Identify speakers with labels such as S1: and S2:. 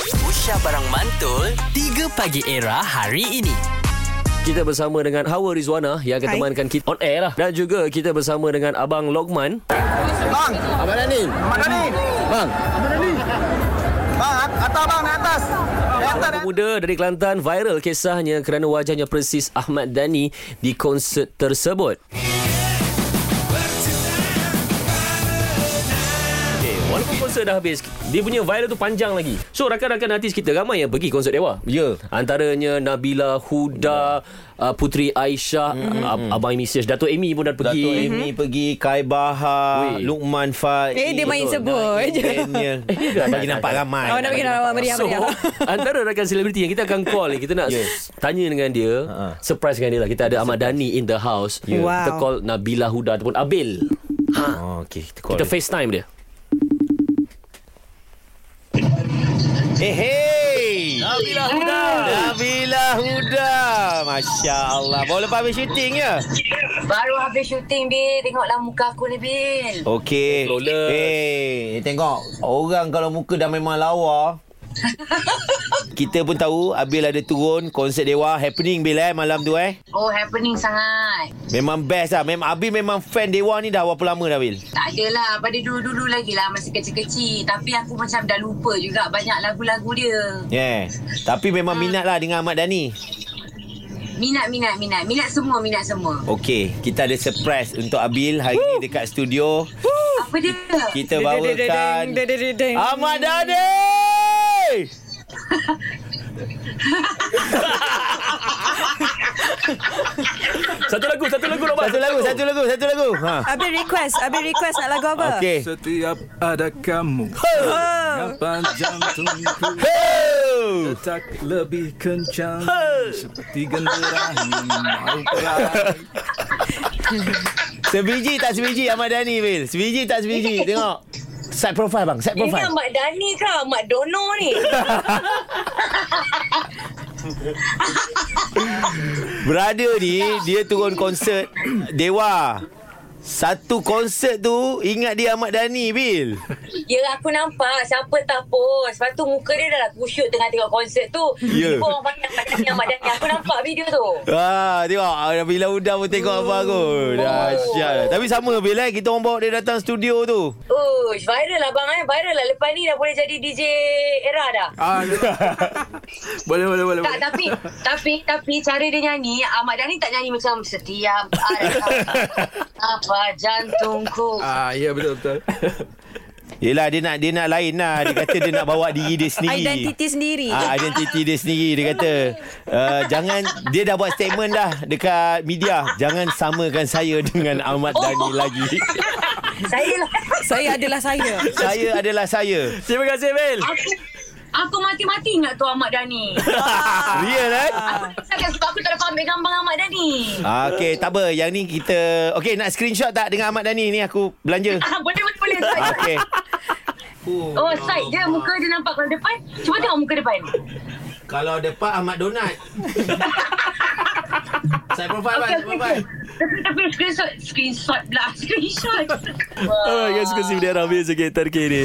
S1: Aisyah Barang Mantul 3 Pagi Era hari ini
S2: Kita bersama dengan Hawa Rizwana yang akan
S3: Hai.
S2: temankan kita on air lah. Dan juga kita bersama dengan Abang Lokman.
S4: Bang,
S2: Abang Dani.
S4: Mak Dani.
S2: Bang.
S4: Bang, at- atas bang, naik atas. Naik atas, naik atas.
S2: Pemuda dari Kelantan viral kisahnya kerana wajahnya persis Ahmad Dhani di konsert tersebut. Okay, Eh, Walaupun konsert dah habis Dia punya viral tu panjang lagi So rakan-rakan artis kita Ramai yang pergi konsert Dewa
S5: Ya.
S2: Antaranya Nabila Huda uh, Putri Aisyah mm-hmm. Abang Amy Search Dato' Amy pun dah pergi
S5: Dato' Amy pergi Kai Bahar
S2: Weh.
S5: Lukman Faiz
S3: Eh, dia main
S2: betul.
S3: sebut je.
S5: Daniel Ya. Eh, Bagi nampak ramai
S3: Oh, nak bagi nama meriah
S2: So
S3: meriah.
S2: Antara rakan selebriti Yang kita akan call ni Kita nak yes.
S5: Yes.
S2: Tanya dengan dia
S5: Ha.
S2: Surprise dengan dia lah Kita ada Ahmad Dhani In the house
S3: Yeah. Wow.
S2: Kita call Nabila Huda Ataupun Abil
S5: oh, okay, kita call
S2: Kita
S5: dia.
S2: FaceTime dia
S5: Eh hey
S2: Nabila Huda
S5: Nabila Huda Masya Allah Baru lepas habis syuting ya
S6: Baru habis syuting, Bil. Tengoklah muka aku ni, Bil.
S5: Okey
S2: Flawless.
S5: Eh tengok Orang kalau muka dah memang lawa Kita pun tahu Abil ada turun Konsert Dewa Happening Bil eh Malam tu eh
S6: Oh, happening sangat.
S5: Memang best lah Mem Abil memang fan Dewa ni dah Berapa lama dah Bil
S6: Tak adalah. Pada dulu-dulu lagi lah masa kecil-kecil. Tapi aku macam dah lupa juga banyak lagu-lagu dia.
S5: Yeah. Tapi memang
S3: Ah.
S5: minat lah dengan Ahmad Dhani.
S6: Minat, minat, minat. Minat semua, minat semua.
S5: Okey, kita ada surprise untuk Abil hari ni dekat studio.
S6: Apa dia?
S5: Kita
S3: Dedededeng,
S5: bawakan
S3: dedededeng.
S5: Ahmad Dhani!
S2: Satu lagu Satu lagu Rahmat
S5: Satu lagu, satu lagu, satu lagu. Ha.
S3: Habis request, habis request nak lagu apa?
S5: Okey.
S7: Setiap ada kamu Kapan jantungku
S5: Ho!
S7: Tak lebih kencang Seperti genderang Mau perai
S5: Sebiji tak sebiji Ahmad Dhani, Bil. Sebiji tak sebiji. Tengok. Side profile bang, side
S6: Ini
S5: profile.
S6: Mak Dani ke? Mak Dono ni?
S5: Brother ni, dia turun konsert Dewa. Satu konsert tu ingat dia Ahmad Dhani, Bil.
S6: Ya aku nampak Siapa tak post Lepas tu muka dia dah lah kusut Tengah tengok konsert tu
S5: Ya.
S6: Tiba orang pandang Mak Dani Mak Dani Aku nampak video tu
S5: Ah, tengok ah, bila udah pun tengok apa aku. Dahsyat. Tapi sama bila kita orang bawa dia datang studio tu.
S6: Ush, viral lah bang eh. Viral lah. Lepas ni dah boleh jadi DJ era dah.
S7: ah, Boleh boleh boleh
S6: Tak, tapi, tapi, tapi cara dia nyanyi, Ahmad Dhani tak nyanyi macam setiap arah, apa jantungku.
S7: Ah, ya betul betul
S5: Yelah dia nak dia nak lain lah Dia kata dia nak bawa diri dia sendiri
S3: Identiti sendiri.
S5: Ah, identiti dia sendiri Dia kata uh, Jangan Dia dah buat statement dah Dekat media Jangan samakan saya Dengan Ahmad Dhani lagi
S6: Saya lah.
S3: Saya adalah saya.
S5: Saya adalah saya
S2: Terima kasih Bil
S6: Aku, aku mati-mati ingat tu Ahmad Dhani.
S5: Real kan
S6: Ah. Saya sebab aku tak dapat ambil gambar Ahmad Dhani.
S5: ah, Okay tak apa Yang ni kita Okay nak screenshot tak Dengan Ahmad Dhani ni Aku belanja
S6: Ah, boleh, boleh, boleh. Side.
S5: Ah, Okay
S6: Oh, side dia muka dia nampak kalau depan. Cuba tengok muka depan.
S5: Kalau depan Ahmad Donat Saya profile
S6: Okey, okey, okey. Tapi, tapi screenshot, screenshot pula. Screenshot.
S2: Oh guys Suka si dia Rahmat Sikit terkini